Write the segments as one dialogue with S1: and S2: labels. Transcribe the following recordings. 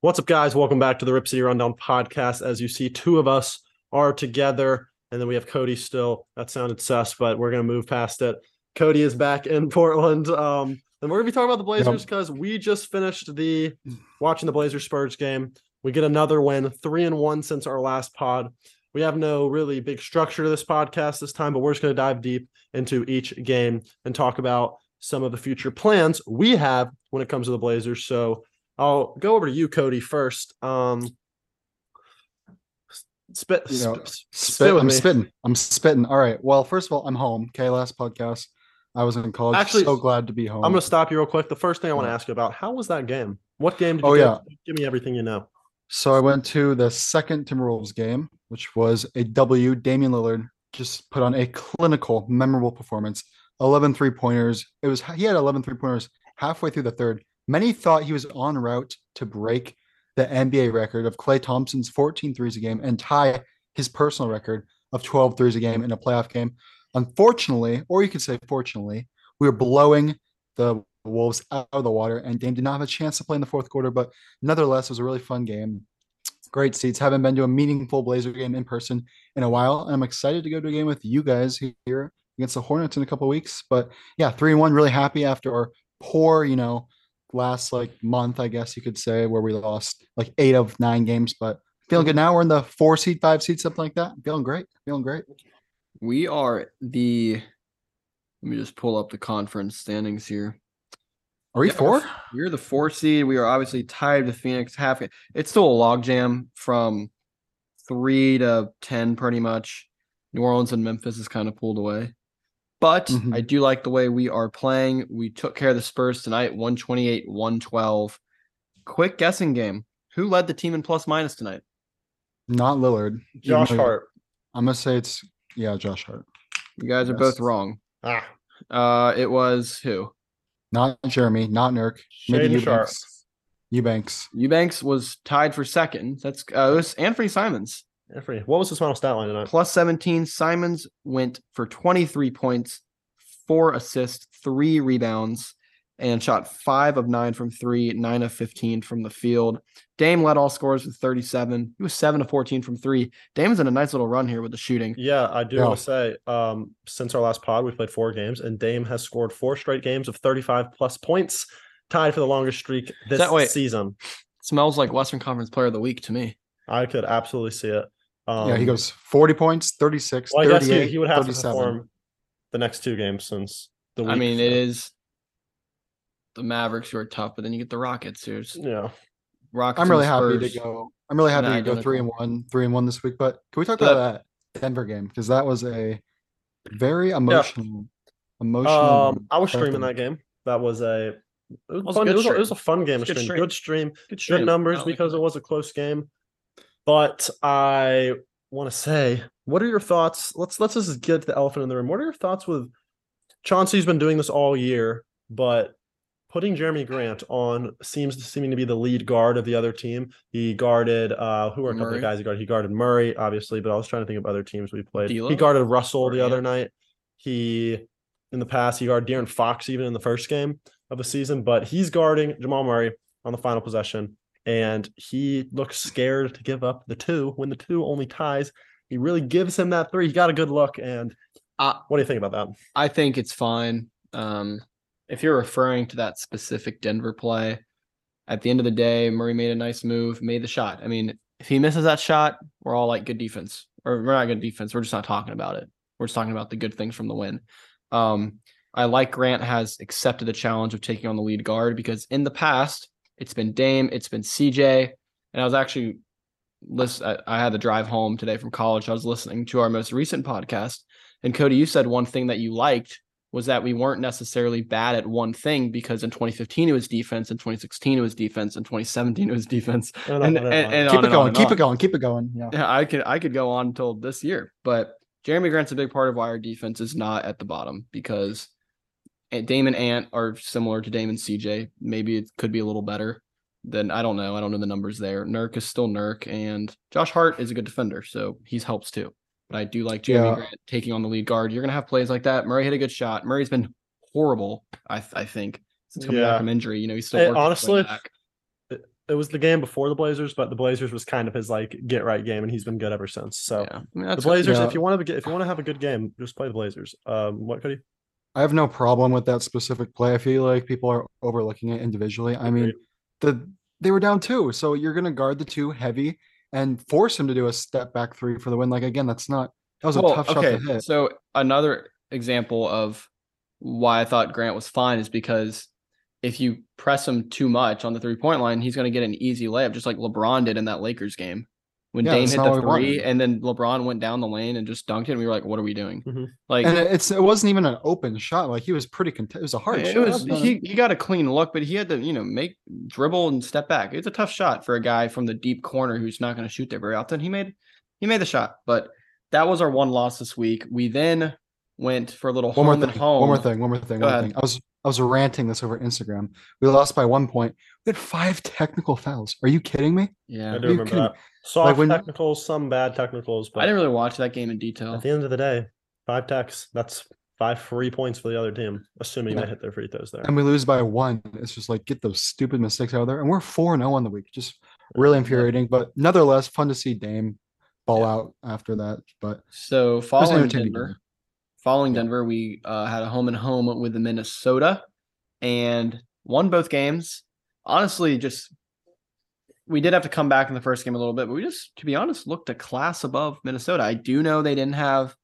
S1: What's up, guys? Welcome back to the Rip City Rundown podcast. As you see, two of us are together, and then we have Cody still. That sounded sus, but we're gonna move past it. Cody is back in Portland, um, and we're gonna be talking about the Blazers because we just finished the watching the Blazers Spurs game. We get another win, three and one since our last pod. We have no really big structure to this podcast this time, but we're just gonna dive deep into each game and talk about some of the future plans we have when it comes to the Blazers. So I'll go over to you, Cody, first. Um, spit,
S2: You know,
S1: sp- sp-
S2: Spit,
S1: spit with
S2: I'm
S1: me.
S2: spitting. I'm spitting. All right. Well, first of all, I'm home. Okay, last podcast. I was in college.
S1: Actually,
S2: so glad to be home.
S1: I'm going to stop you real quick. The first thing I want to
S2: Oh. Yeah.
S1: ask you about: How was that game? What game did you?
S2: Oh,
S1: go
S2: yeah.
S1: to? give me everything you know.
S2: So I went to the second Timberwolves game, which was a W. Damian Lillard just put on a clinical, memorable performance. 11 three pointers. It was he had 11 three pointers halfway through the third. Many thought he was en route to break the NBA record of Clay Thompson's 14 threes a game and tie his personal record of 12 threes a game in a playoff game. Unfortunately, or you could say fortunately, we were blowing the Wolves out of the water, and Dame did not have a chance to play in the fourth quarter, but nonetheless, it was a really fun game. Great seats. Haven't been to a meaningful Blazer game in person in a while, and I'm excited to go to a game with you guys here against the Hornets in a couple weeks. But yeah, three and one. Really happy after our poor, you know, last like month, I guess you could say, where we lost like eight of nine games. But feeling good now. We're in the four seed, five seed, something like that. Feeling great. Feeling great.
S3: We are the. Let me just pull up the conference standings here.
S2: Are we
S3: Yeah, we're
S2: four?
S3: f- We're the four seed. We are obviously tied with Phoenix. Half. It's still a logjam from three to ten, pretty much. New Orleans and Memphis is kind of pulled away, but
S2: Mhm.
S3: I do like the way we are playing. We took care of the Spurs tonight, one twenty eight, one twelve. Quick guessing game. Who led the team in plus minus tonight?
S2: Not Lillard. even
S1: Josh
S2: though he-
S1: Hart.
S2: I'm gonna say it's yeah, Josh Hart.
S3: You guys are
S2: Yes.
S3: both wrong.
S1: Ah,
S3: Uh, it was who?
S2: Not Jeremy. Not Nurk. Maybe
S1: Shaden Sharp.
S2: Eubanks. Eubanks.
S3: Eubanks was tied for second. That's uh, it was Anthony Simons
S1: Jeffrey, What was his final stat line tonight?
S3: plus 17. Simons went for 23 points, four assists, three rebounds, and shot five of nine from three, nine of 15 from the field. Dame led all scores with 37. He was seven of 14 from three. Dame's in a nice little run here with the shooting.
S1: Yeah, I do
S2: Yeah.
S1: want to say, um, since our last pod, we played four games, and Dame has scored four straight games of 35 plus points, tied for the longest streak this
S3: that- wait.
S1: season.
S3: Smells like Western Conference Player of the Week to me.
S1: I could absolutely see it. Um,
S2: yeah, he goes 40 points, 36,
S1: Well, I guess
S2: 38,
S1: he, he would have to
S2: 37.
S1: perform the next two games since the. Week,
S3: I mean, it is the Mavericks who are tough, but then you get the Rockets. Here's
S1: Yeah.
S3: Rockets.
S2: I'm
S3: and
S2: really happy to
S3: Spurs.
S2: go. I'm really happy
S3: Nah,
S2: to go three and
S3: identical.
S2: one, three and one this week. But can we talk
S3: The-
S2: about that Denver game? Because that was a very emotional, emotional.
S1: Um,
S2: win.
S1: I was streaming
S2: Definitely.
S1: that game. That was a. It was,
S3: was a
S1: fun. It
S3: good
S1: was, a, it
S3: stream.
S1: was a fun game.
S3: Good
S1: to stream.
S3: stream.
S1: Good stream.
S3: Good,
S1: good
S3: stream. I
S1: numbers
S3: like
S1: because
S3: that.
S1: it was a close game. But I want to say, what are your thoughts? Let's let's just get to the elephant in the room. What are your thoughts with Chauncey's been doing this all year, but putting Jeremy Grant on seems to seeming to be the lead guard of the other team. He guarded uh who are a couple
S3: Murray.
S1: of guys he guarded. He guarded Murray, obviously, but I was trying to think of other teams we played. He
S3: D'Lo?
S1: guarded Russell the
S3: Or
S1: other night. He in the past, he guarded De'Aaron Fox even in the first game of the season, but he's guarding Jamal Murray on the final possession and he looks scared to give up the two when the two only ties. He really gives him that three. He got a good look. And
S3: Uh,
S1: what do you think about that?
S3: I think it's fine. Um, if you're referring to that specific Denver play, at the end of the day, Murray made a nice move, made the shot. I mean, if he misses that shot, we're all like good defense, or we're not good defense. We're just not talking about it. We're just talking about the good things from the win. Um, I like Grant has accepted the challenge of taking on the lead guard because in the past it's been Dame, it's been CJ, and I was actually list. I, I had the drive home today from college. I was listening to our most recent podcast, and Cody, you said one thing that you liked was that we weren't necessarily bad at one thing because in 2015 it was defense, in 2016 it was defense, in 2017 it was defense.
S1: No, no,
S3: And,
S1: no, no,
S3: and,
S1: no.
S3: and
S2: Keep
S3: on
S2: it
S3: and on
S2: going.
S3: and
S2: Keep
S3: on.
S2: it going. Keep it going. Yeah.
S3: Yeah, I could I could go on until this year, but Jeremy Grant's a big part of why our defense is not at the bottom because and Damon Ant are similar to Damon CJ. Maybe it could be a little better. Then I don't know. I don't know the numbers there. Nurk is still Nurk, and Josh Hart is a good defender, so he's helps too. But I do like Jeremy
S2: Yeah.
S3: Grant taking on the lead guard. You're gonna have plays like that. Murray hit a good shot. Murray's been horrible. I I think since coming
S1: Yeah.
S3: back from injury, you know he's still
S1: Hey,
S3: working his way
S1: honestly,
S3: back.
S1: it was the game before the Blazers, but the Blazers was kind of his like get right game, and he's been good ever since. So
S3: yeah. I mean,
S1: the
S3: that's-
S1: Blazers,
S2: yeah.
S1: if you want to get, if you want to have a good game, just play the Blazers. Um, what could he?
S2: I have no problem with that specific play. I feel like people are overlooking it individually. I mean,
S1: Agreed.
S2: the they were down two, so you're gonna guard the two heavy and force him to do a step back three for the win. Like again, that's not that was a
S3: Well,
S2: tough shot to hit.
S3: So another example of why I thought Grant was fine is because if you press him too much on the three point line, he's going to get an easy layup, just like LeBron did in that Lakers game when
S2: Yeah,
S3: Dame
S2: that's
S3: hit
S2: not
S3: the
S2: what we wanted.
S3: three, and then LeBron went down the lane and just dunked it. And we were like, "What are we doing?"
S1: Mhm.
S3: Like
S2: And it- it's it wasn't even an open shot. Like he was pretty content. It was a hard
S3: it
S2: shot.
S3: was
S2: Not a-
S3: he, he got a clean look, but he had to you know make dribble and step back. It's a tough shot for a guy from the deep corner who's not going to shoot there very often. He made he made the shot, but that was our one loss this week. We then went for a little
S2: one
S3: home
S2: more thing.
S3: and home.
S2: One more thing. One more thing.
S3: Go
S2: One more
S3: ahead.
S2: thing. I was I was ranting this over Instagram. We lost by one point. We had five technical fouls. Are you kidding me?
S1: I
S3: Yeah,
S1: do
S2: You
S1: remember
S2: can-
S1: that. Soft
S2: when-
S1: technicals, some bad technicals,
S3: I
S1: but
S3: didn't really watch that game in detail.
S1: at the end of the day, five techs. That's five free points for the other team, assuming
S2: Yeah. Um,
S1: they hit their free throws there.
S2: and we lose by one. It's just like get those stupid mistakes out of there. And we're four and zero on the week. Just really infuriating, but nonetheless fun to see Dame ball out after that. But
S3: So following
S2: entertaining
S3: Denver,
S2: game.
S3: following
S2: Yeah.
S3: Denver, we uh, had a home and home with the Minnesota, and won both games. Honestly, just we did have to come back in the first game a little bit, but we just, to be honest, looked a class above Minnesota. I do know they didn't have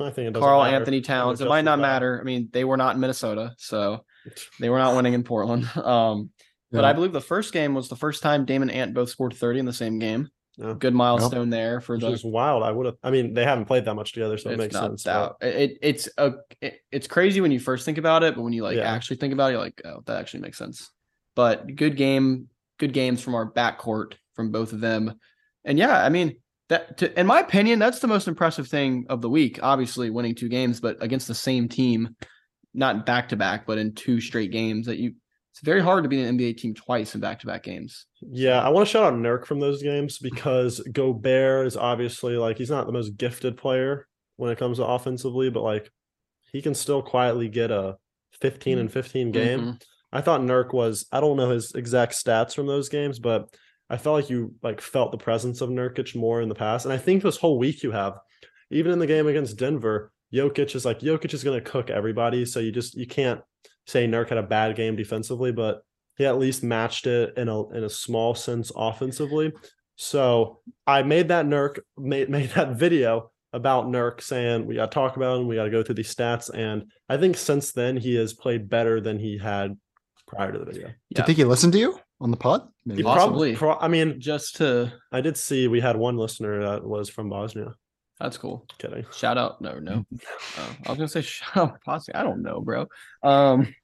S1: I think it doesn't
S3: Carl
S1: matter.
S3: Anthony
S1: It
S3: Towns. It
S1: doesn't
S3: might not matter. I mean, they were not in Minnesota, so they were not winning in Portland. Um, But
S2: yeah.
S3: I believe the first game was the first time Damon Ant both scored 30 in the same game.
S1: Yeah.
S3: Good milestone there for
S1: Which
S3: the
S1: is wild. I would have. I mean, they haven't played that much together, so it
S3: it's
S1: makes
S3: not
S1: sense. but-
S3: Doubt. It, it- it's a it- it's crazy when you first think about it, but when you like
S1: Yeah.
S3: actually think about it, you're like, oh, that actually makes sense. But good game, good games from our backcourt from both of them, and yeah, I mean that. To, in my opinion, that's the most impressive thing of the week. Obviously, winning two games, but against the same team, not back to back, but in two straight games. That you, it's very hard to beat an NBA team twice in back to back games.
S1: Yeah, I want to shout out Nurk from those games because Gobert is obviously like he's not the most gifted player when it comes to offensively, but like he can still quietly get a 15 and 15 game.
S3: Mhm.
S1: I thought Nurk was I don't know his exact stats from those games, but I felt like you like felt the presence of Nurkic more in the past. And I think this whole week you have, even in the game against Denver, Jokic is like Jokic is gonna cook everybody. So you just you can't say Nurk had a bad game defensively, but he at least matched it in a in a small sense offensively. So I made that Nurk made made that video about Nurk saying we got to talk about him, we got to go through these stats, and I think since then he has played better than he had prior to the video.
S3: Mm-hmm.
S2: do you think he listened to you on the pod?
S1: He
S2: Maybe.
S3: Yeah.
S1: probably,
S3: Possibly.
S1: pro- I mean,
S3: Just to
S1: I did see we had one listener that was from Bosnia.
S3: that's cool.
S1: Kidding.
S3: Shout out. No, no. Oh, I was gonna say shout out Posse. I don't know, bro. Um,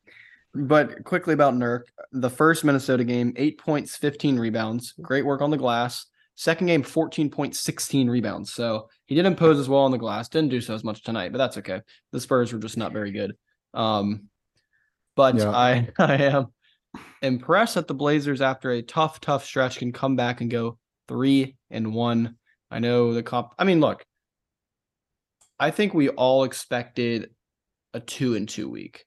S3: but quickly about Nurk, the first Minnesota game, eight points, 15 rebounds. Great work on the glass. Second game, 14 points, 16 rebounds. So he did impose as well on the glass. Didn't do so as much tonight, but that's okay. The Spurs were just not very good. Um, but
S2: Yeah.
S3: I I am impressed that the Blazers, after a tough, tough stretch, can come back and go three and one. I know the comp. I mean, look, I think we all expected a two and two week.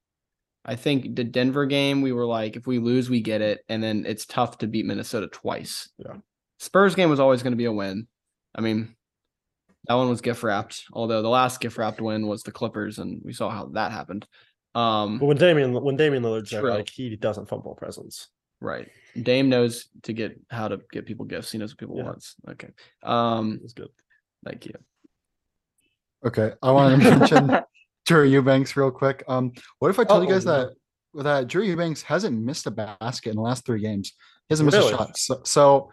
S3: I think the Denver game, we were like, if we lose, we get it. And then it's tough to beat Minnesota twice.
S1: Yeah.
S3: Spurs game was always going to be a win. I mean, that one was gift wrapped, although the last gift wrapped win was the Clippers, and we saw how that happened. Um,
S1: But when Damian when Damian Lillard's there,
S3: True.
S1: like he doesn't fumble presence.
S3: right. Dame knows to get how to get people gifts. He knows what people
S1: Yeah.
S3: wants. Okay. Um,
S1: It's good.
S3: thank you.
S2: Okay. I want to mention Drew Eubanks real quick. Um, what if I told you guys
S1: Uh-oh.
S2: that that Drew Eubanks hasn't missed a basket in the last three games? He hasn't missed
S1: Really?
S2: a shot. So, so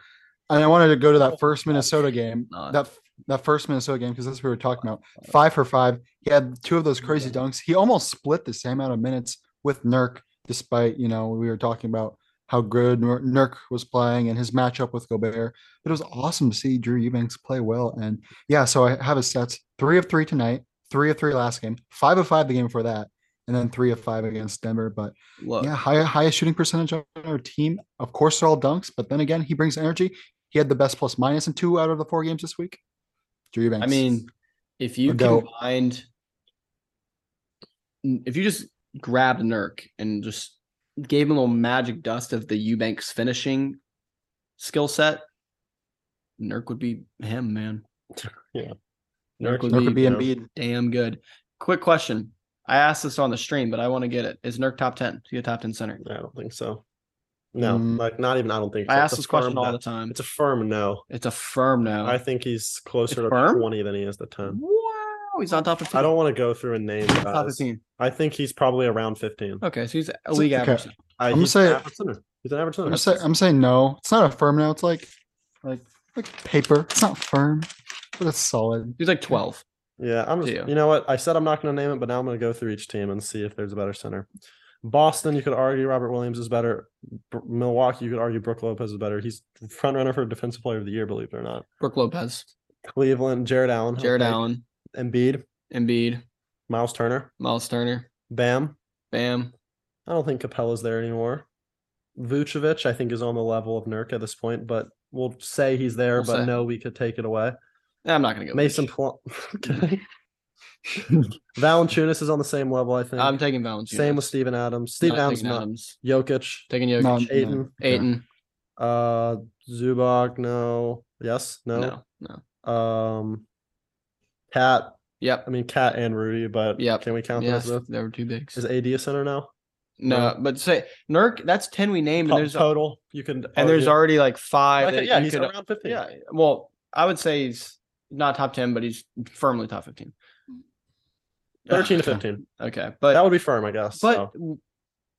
S2: and I wanted to go to that first Minnesota game.
S3: Not-
S2: That that first Minnesota game because that's what we were talking about. Uh, Five for five. He had two of those crazy dunks. He almost split the same amount of minutes with Nurk, despite you know we were talking about how good Nur- Nurk was playing and his matchup with Gobert. But it was awesome to see Drew Eubanks play well. And yeah, so I have his stats: three of three tonight, three of three last game, five of five the game before that, and then three of five against Denver. But
S3: Look,
S2: yeah, high, highest shooting percentage on our team. Of course, they're all dunks, but then again, he brings energy. He had the best plus minus in two out of the four games this week. Drew Eubanks.
S3: I mean, if you
S2: Adult.
S3: combined, if you just grabbed Nurk and just gave him a little magic dust of the Eubanks finishing, skill set, Nurk would be him, man. Nurk would
S2: Nurk would be
S3: you know,
S2: Embiid.
S3: Damn good. Quick question. I asked this on the stream, but I want to get it. Is Nurk top 10? Is he a top 10 center?
S1: I don't think so. No,
S2: Mm.
S1: like not even. I don't think.
S3: I
S1: so.
S3: ask
S1: It's a
S3: this question
S1: firm
S3: all
S1: no.
S3: the time.
S1: It's a firm no.
S3: It's a firm no.
S1: I think he's closer to
S3: firm?
S1: twenty than he is to ten.
S3: Wow, he's on top of.
S1: I don't want to go through and name
S3: top
S1: guys.
S3: fifteen.
S1: I think he's probably around fifteen.
S3: Okay, so he's a league
S2: okay.
S3: average. then.
S1: I,
S2: I'm
S1: he's
S2: gonna
S1: an
S2: say-
S1: average center. He's an average center.
S2: I'm saying I'm saying no. It's not a firm now. It's like like like paper. It's not firm, but it's solid.
S3: He's like twelve.
S1: Yeah, I'm.
S3: Yeah.
S1: You know what? I said I'm not going to name it, but now I'm going to go through each team and see if there's a better center. Boston, you could argue Robert Williams is better. Br- Milwaukee, you could argue Brooke Lopez is better. He's front runner for Defensive Player of the Year, believe it or not.
S3: Brooke Lopez,
S1: Cleveland, Jared Allen,
S3: Jared
S1: okay.
S3: Allen,
S1: Embiid,
S3: Embiid,
S1: Miles Turner,
S3: Miles Turner,
S1: Bam.
S3: Bam.
S1: I don't think Capella's there anymore. Vucevic, I think, is on the level of Nurk at this point, but we'll say he's there.
S3: We'll
S1: but
S3: say.
S1: no, we could take it away.
S3: Nah, I'm not gonna go.
S1: Mason Plum. okay. Valanciunas is on the same level, I think.
S3: I'm taking Valanciunas.
S1: Same with Steven Adams. Steven
S3: Not
S1: Adams,
S3: taking
S1: no.
S3: Adams.
S1: Jokic,
S3: Taking
S2: No,
S3: Jokic.
S2: no.
S1: Aiton,
S3: Aiton.
S1: uh, Zubac, no. Yes,
S3: No.
S1: no.
S3: no, no.
S1: Um, Cat. I
S3: Yep.
S1: mean, Cat and Rudy, but
S3: Yep.
S1: can we count
S3: Yes,
S1: those? both?
S3: they were two bigs.
S1: Is AD a center now?
S3: no, but say Nurk. That's ten we named,
S1: To-
S3: and there's
S1: total. You can
S3: and there's
S1: argue.
S3: already like five.
S1: Okay,
S3: that
S1: oh, yeah,
S3: you
S1: he's
S3: could-
S1: around fifteen.
S3: yeah. Well, I would say he's not top ten, but he's firmly top fifteen.
S1: thirteen to
S2: Okay.
S1: fifteen.
S3: Okay, but
S1: That would be firm, I guess.
S3: But
S1: so.
S3: w-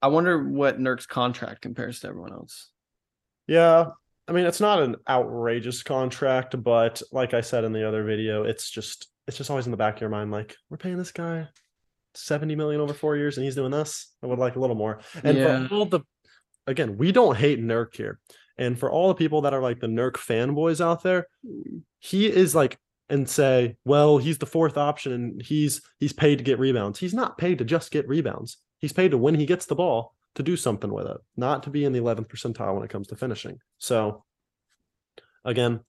S3: I wonder what Nurk's contract compares to everyone else.
S1: yeah, I mean, it's not an outrageous contract, but like I said in the other video, it's just it's just always in the back of your mind, like we're paying this guy seventy million over four years, and he's doing this. I would like a little more. And
S3: Yeah.
S1: for all the again, we don't hate Nurk here, and for all the people that are like the Nurk fanboys out there, he is like and say, well, he's the fourth option and he's he's paid to get rebounds. He's not paid to just get rebounds. He's paid to when he gets the ball to do something with it, not to be in the 11th percentile when it comes to finishing. So again,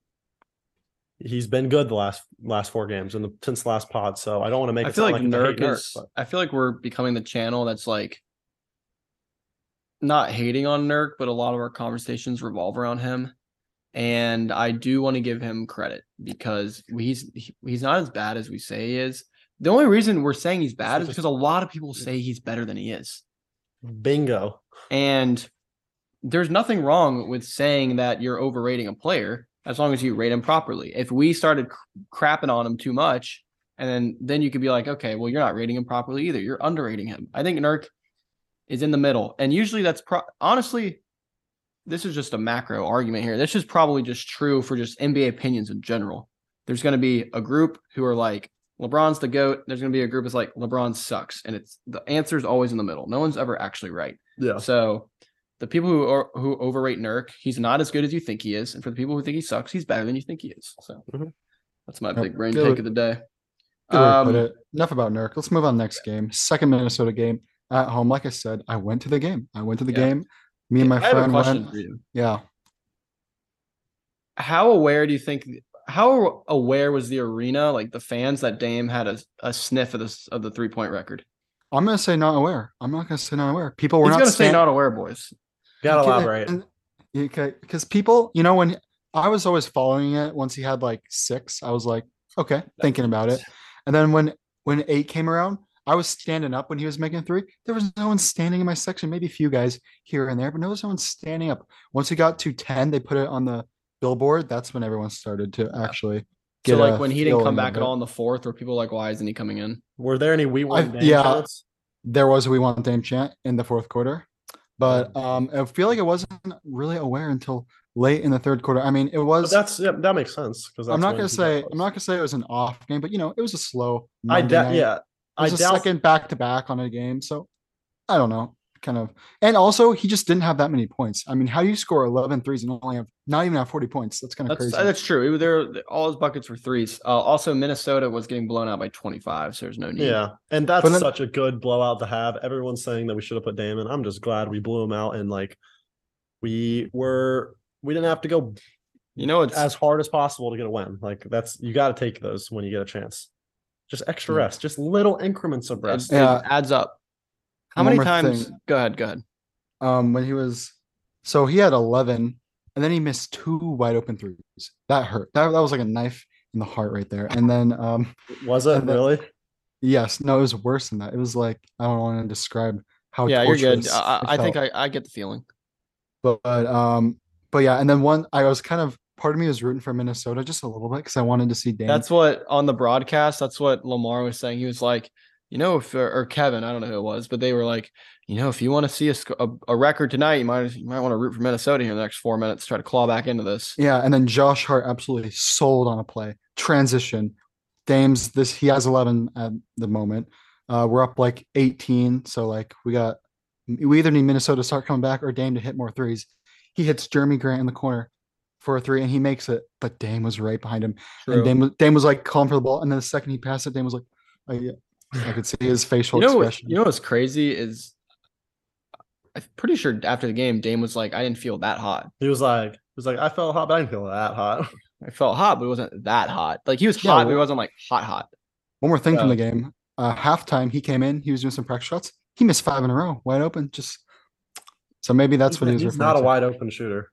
S1: he's been good the last last four games and the since the last pod. So I don't want to make
S3: I
S1: it
S3: feel
S1: sound
S3: like
S1: it's a
S3: Nurk
S1: hate
S3: is.
S1: but-
S3: I feel like we're becoming the channel that's like not hating on Nurk, but a lot of our conversations revolve around him. And I do want to give him credit because he's he- he's not as bad as we say he is. The only reason we're saying he's bad is because a lot of people say he's better than he is.
S1: bingo.
S3: And there's nothing wrong with saying that you're overrating a player as long as you rate him properly. If we started cr- crapping on him too much, and then then you could be like, okay, well you're not rating him properly either. You're underrating him. I think Nurk is in the middle, and usually that's pro- honestly, this is just a macro argument here. This is probably just true for just NBA opinions in general. There's going to be a group who are like LeBron's the goat. There's going to be a group that's like LeBron sucks, and it's the answer is always in the middle. No one's ever actually right.
S1: Yeah.
S3: So the people who are, who overrate Nurk, he's not as good as you think he is, and for the people who think he sucks, he's better than you think he is. So
S1: Mhm.
S3: that's my
S2: Mm-hmm. Yep.
S3: big brain
S2: Good
S3: take
S2: way-
S3: of the day.
S2: Good way to put
S3: Um,
S2: it. Enough about Nurk. Let's move on next game. Second Minnesota game at home. Like I said, I went to the game. I went to the
S3: Yeah.
S2: game. Me and my
S3: I have a
S2: friend
S3: question
S2: went.
S3: for you.
S2: Yeah.
S3: How aware do you think? How aware was the arena, like the fans, that Dame had a, a sniff of this of the three point record?
S2: I'm gonna say not aware. I'm not gonna say not aware. People were
S3: He's
S2: not
S3: gonna say
S2: stand-
S3: not aware, boys.
S1: Gotta
S2: Okay,
S1: elaborate.
S2: and- Okay, because people, you know, when I was always following it, once he had like six, I was like, okay, thinking about it. And then when when eight came around, I was standing up when he was making three. There was no one standing in my section, maybe a few guys here and there, but no, there's no one standing up. Once he got to ten, they put it on the billboard. That's when everyone started to actually get.
S3: So
S2: a
S3: like when he didn't
S2: feeling
S3: come back
S2: of
S3: at
S2: it.
S3: all in the fourth, or people like, why isn't he coming in?
S1: Were there any we
S2: I-
S1: want?
S2: yeah. there was a we want Dame chant in the fourth quarter, but
S3: Mm.
S2: um, I feel like I wasn't really aware until late in the third quarter. I mean, it was.
S1: that's yeah, that makes sense because
S2: I'm not gonna say I'm not gonna say it was an off game, but you know, it was a slow.
S1: I
S2: Monday
S1: doubt.
S2: night.
S1: Yeah,
S2: it
S1: I
S2: was a
S1: doubt.
S2: second back to back on a game, so I don't know, kind of. And also, he just didn't have that many points. I mean, how do you score 11 threes and only have not even have 40 points? That's kind of
S3: That's
S2: crazy.
S3: that's true. There, all his buckets were threes. Uh, also, Minnesota was getting blown out by twenty five, so there's no need.
S1: Yeah, and that's
S2: then-
S1: such a good blowout to have. Everyone's saying that we should have put Damon. I'm just glad we blew him out and like we were we didn't have to go
S3: You know, it's
S1: as hard as possible to get a win. Like that's you got to take those when you get a chance. Just extra
S2: Yeah.
S1: rest, just little increments of
S3: it,
S1: rest.
S3: it
S2: Yeah.
S3: adds up. How
S2: One
S3: many
S2: more
S3: times?
S2: thing.
S3: Go ahead. Go ahead.
S2: um, when he was so he had 11 and then he missed two wide open threes. That hurt. That, that was like a knife in the heart right there. And then um
S1: Was it
S2: And then-
S1: really?
S2: yes, no, it was worse than that. It was like I don't want to describe how
S3: yeah, you're good.
S2: torturous
S3: I, I-
S2: it
S3: I think
S2: felt.
S3: I, I get the feeling.
S2: but, but um but yeah, and then one I was kind of part of me was rooting for Minnesota just a little bit because I wanted to see Dame.
S3: That's what on the broadcast. That's what Lamar was saying. He was like, you know, if or, or Kevin, I don't know who it was, but they were like, you know, if you want to see a, sc- a a record tonight, you might you might want to root for Minnesota here in the next four minutes. Try to claw back into this.
S2: Yeah, and then Josh Hart absolutely sold on a play transition. Dame's this he has eleven at the moment. Uh, we're up like eighteen, so like we got we either need Minnesota to start coming back or Dame to hit more threes. He hits Jeremy Grant in the corner for a three, and he makes it, but Dame was right behind him. And Dame was, Dame was like calling for the ball, and then the second he passed it, Dame was like, oh, yeah. I could see his facial
S3: you know, what-
S2: expression.
S3: you know what's crazy is I'm pretty sure after the game, Dame was like, I didn't feel that hot.
S1: He was like, he was like, I felt hot, but I didn't feel that hot.
S3: I felt hot, but it wasn't that hot. Like he was
S2: Yeah,
S3: hot, but he
S2: well-
S3: wasn't like hot hot.
S2: One more thing from
S1: Yeah.
S2: the game. Uh, halftime, he came in. He was doing some practice shots. He missed five in a row, wide open. Just so maybe that's what he was.
S1: he's
S2: referring
S1: not a
S2: to.
S1: wide open shooter.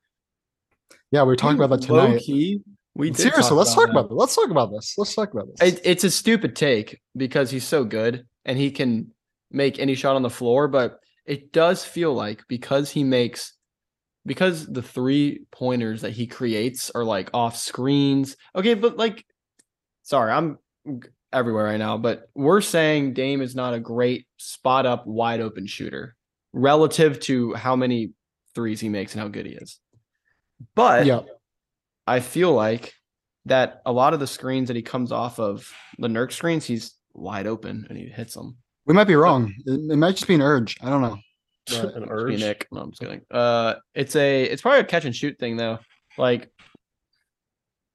S2: Yeah, we were talking about that tonight.
S3: Key, we did
S2: Seriously, let's talk
S3: that.
S2: about it. Let's talk about this. Let's talk about this.
S3: It, it's a stupid take because he's so good and he can make any shot on the floor, but it does feel like because he makes because the three pointers that he creates are like off screens. Okay, but like sorry, I'm everywhere right now, but we're saying Dame is not a great spot up wide open shooter relative to how many threes he makes and how good he is. But
S2: yeah,
S3: I feel like that a lot of the screens that he comes off of the Nurk screens, he's wide open and he hits them.
S2: we might be wrong. It, it might just be an urge. I don't know.
S1: But an
S3: Must be
S1: urge.
S3: Nick. No, I'm just kidding. Uh, it's a it's probably a catch and shoot thing though. Like,